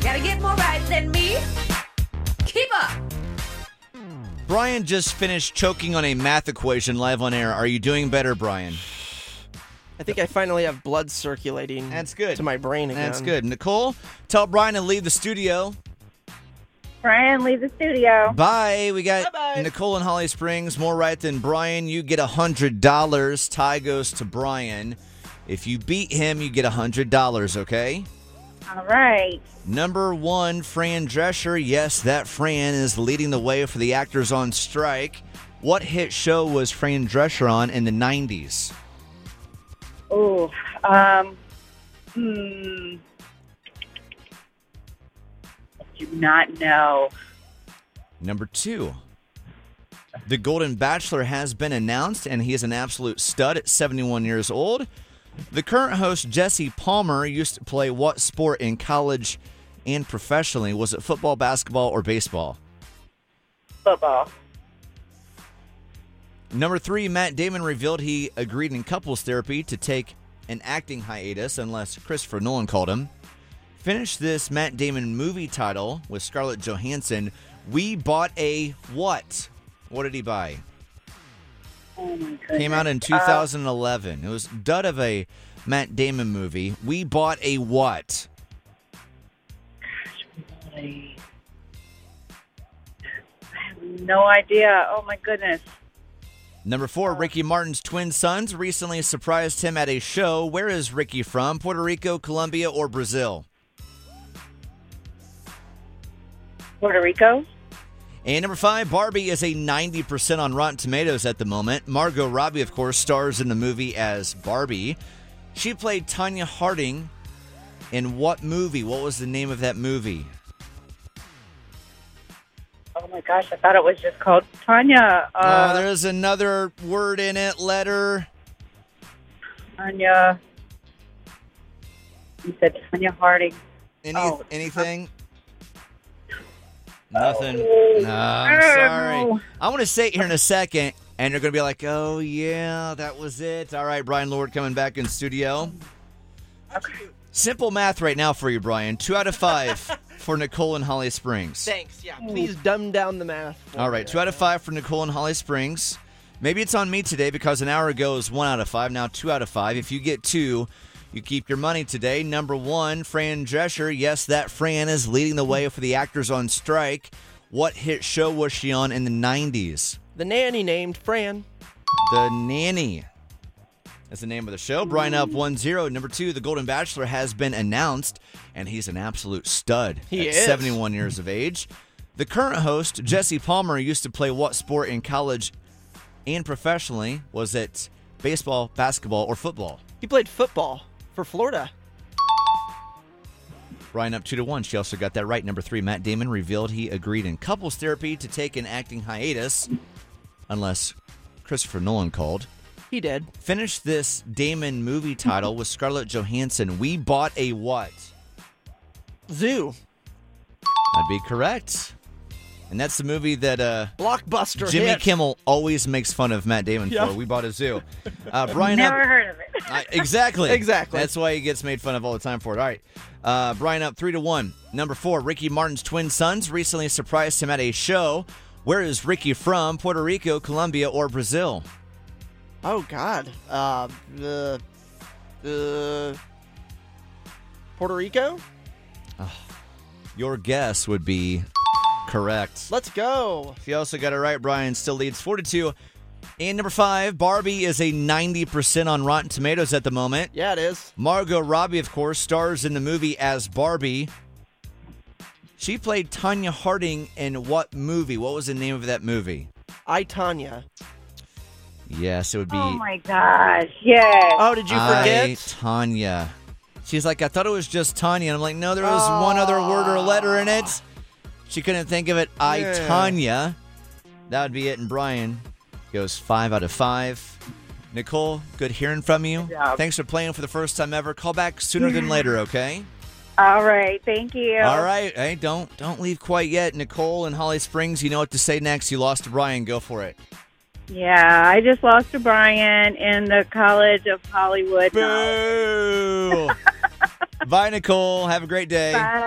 Gotta get more right than me. Keep up. Brian just finished choking on a math equation live on air. Are you doing better, Brian? I think I finally have blood circulating. That's good. To my brain again. That's good. Nicole, tell Brian to leave the studio. Brian, leave the studio. Bye. We got Bye-bye. Nicole in Holly Springs. More right than Brian. You get a hundred dollars. Tie goes to Brian. If you beat him, you get a hundred dollars. Okay. All right. Number one, Fran Drescher. Yes, that Fran is leading the way for the actors on strike. What hit show was Fran Drescher on in the '90s? Ooh. Um. Hmm. I do not know. Number two, The Golden Bachelor has been announced, and he is an absolute stud at 71 years old. The current host, Jesse Palmer, used to play what sport in college and professionally? Was it football, basketball, or baseball? Football. Number three, Matt Damon revealed he agreed in couples therapy to take an acting hiatus unless Christopher Nolan called him. Finish this Matt Damon movie title with Scarlett Johansson. We bought a what? What did he buy? Oh my goodness. Came out in 2011. it was dud of a Matt Damon movie. We bought a what? I have no idea. Oh my goodness. Number four, Ricky Martin's twin sons recently surprised him at a show. Where is Ricky from? Puerto Rico, Colombia, or Brazil? Puerto Rico. And number five, Barbie is a 90% on Rotten Tomatoes at the moment. Margot Robbie, of course, stars in the movie as Barbie. She played Tanya Harding in what movie? What was the name of that movie? Oh my gosh, I thought it was just called Tanya. Uh, Uh, there's another word in it, letter. Tanya. You said Tanya Harding. Any, Oh. anything? Nothing. Oh. No, I'm sorry. Oh. I want to say it here in a second, and you're going to be like, oh, yeah, that was it. All right, Brian Lord coming back in studio. Okay. Simple math right now for you, Brian. Two out of five for Nicole and Holly Springs. Thanks. Yeah. Please dumb down the math. for All me. right, two out of five for Nicole and Holly Springs. Maybe it's on me today because an hour ago is one out of five, now two out of five. If you get two, you keep your money today. Number one, Fran Drescher. Yes, that Fran is leading the way for the actors on strike. What hit show was she on in the 90s? The nanny named Fran. The Nanny. That's the name of the show. Brian up 1 0. Number two, The Golden Bachelor has been announced, and he's an absolute stud He at is. 71 years of age. The current host, Jesse Palmer, used to play what sport in college and professionally? Was it baseball, basketball, or football? He played football for Florida. Brian up 2 to 1. She also got that right. Number three, Matt Damon revealed he agreed in couples therapy to take an acting hiatus, unless Christopher Nolan called. He did. Finish this Damon movie title with Scarlett Johansson. We bought a what? Zoo. That'd be correct. And that's the movie that uh, Blockbuster Jimmy hit. Kimmel always makes fun of Matt Damon Yeah. for. We bought a zoo. Uh, Brian Never up. heard of it. I- exactly. Exactly. That's why he gets made fun of all the time for it. All right. Uh, Brian up three to one. Number four, Ricky Martin's twin sons recently surprised him at a show. Where is Ricky from? Puerto Rico, Colombia, or Brazil? Oh God. Uh, the, the Puerto Rico. Your guess would be correct. Let's go. If you also got it right, Brian still leads 4 to 2. And number five, Barbie is a 90% on Rotten Tomatoes at the moment. Yeah, it is. Margot Robbie, of course, stars in the movie as Barbie. She played Tanya Harding in what movie? What was the name of that movie? I Tanya. Yes, it would be Oh my gosh, yes. Oh, did you I, forget? Tanya. She's like, I thought it was just Tanya. And I'm like, no, there was one other word or letter in it. She couldn't think of it. I, Yeah. Tanya. That would be it. And Brian goes five out of five. Nicole, good hearing from you. job. Thanks for playing for the first time ever. Call back sooner than later, okay? All right, thank you. All right. Hey, don't don't leave quite yet. Nicole and Holly Springs, you know what to say next. You lost to Brian. Go for it. Yeah, I just lost to Brian in the College of Hollywood. Boo! Bye, Nicole. Have a great day. Bye.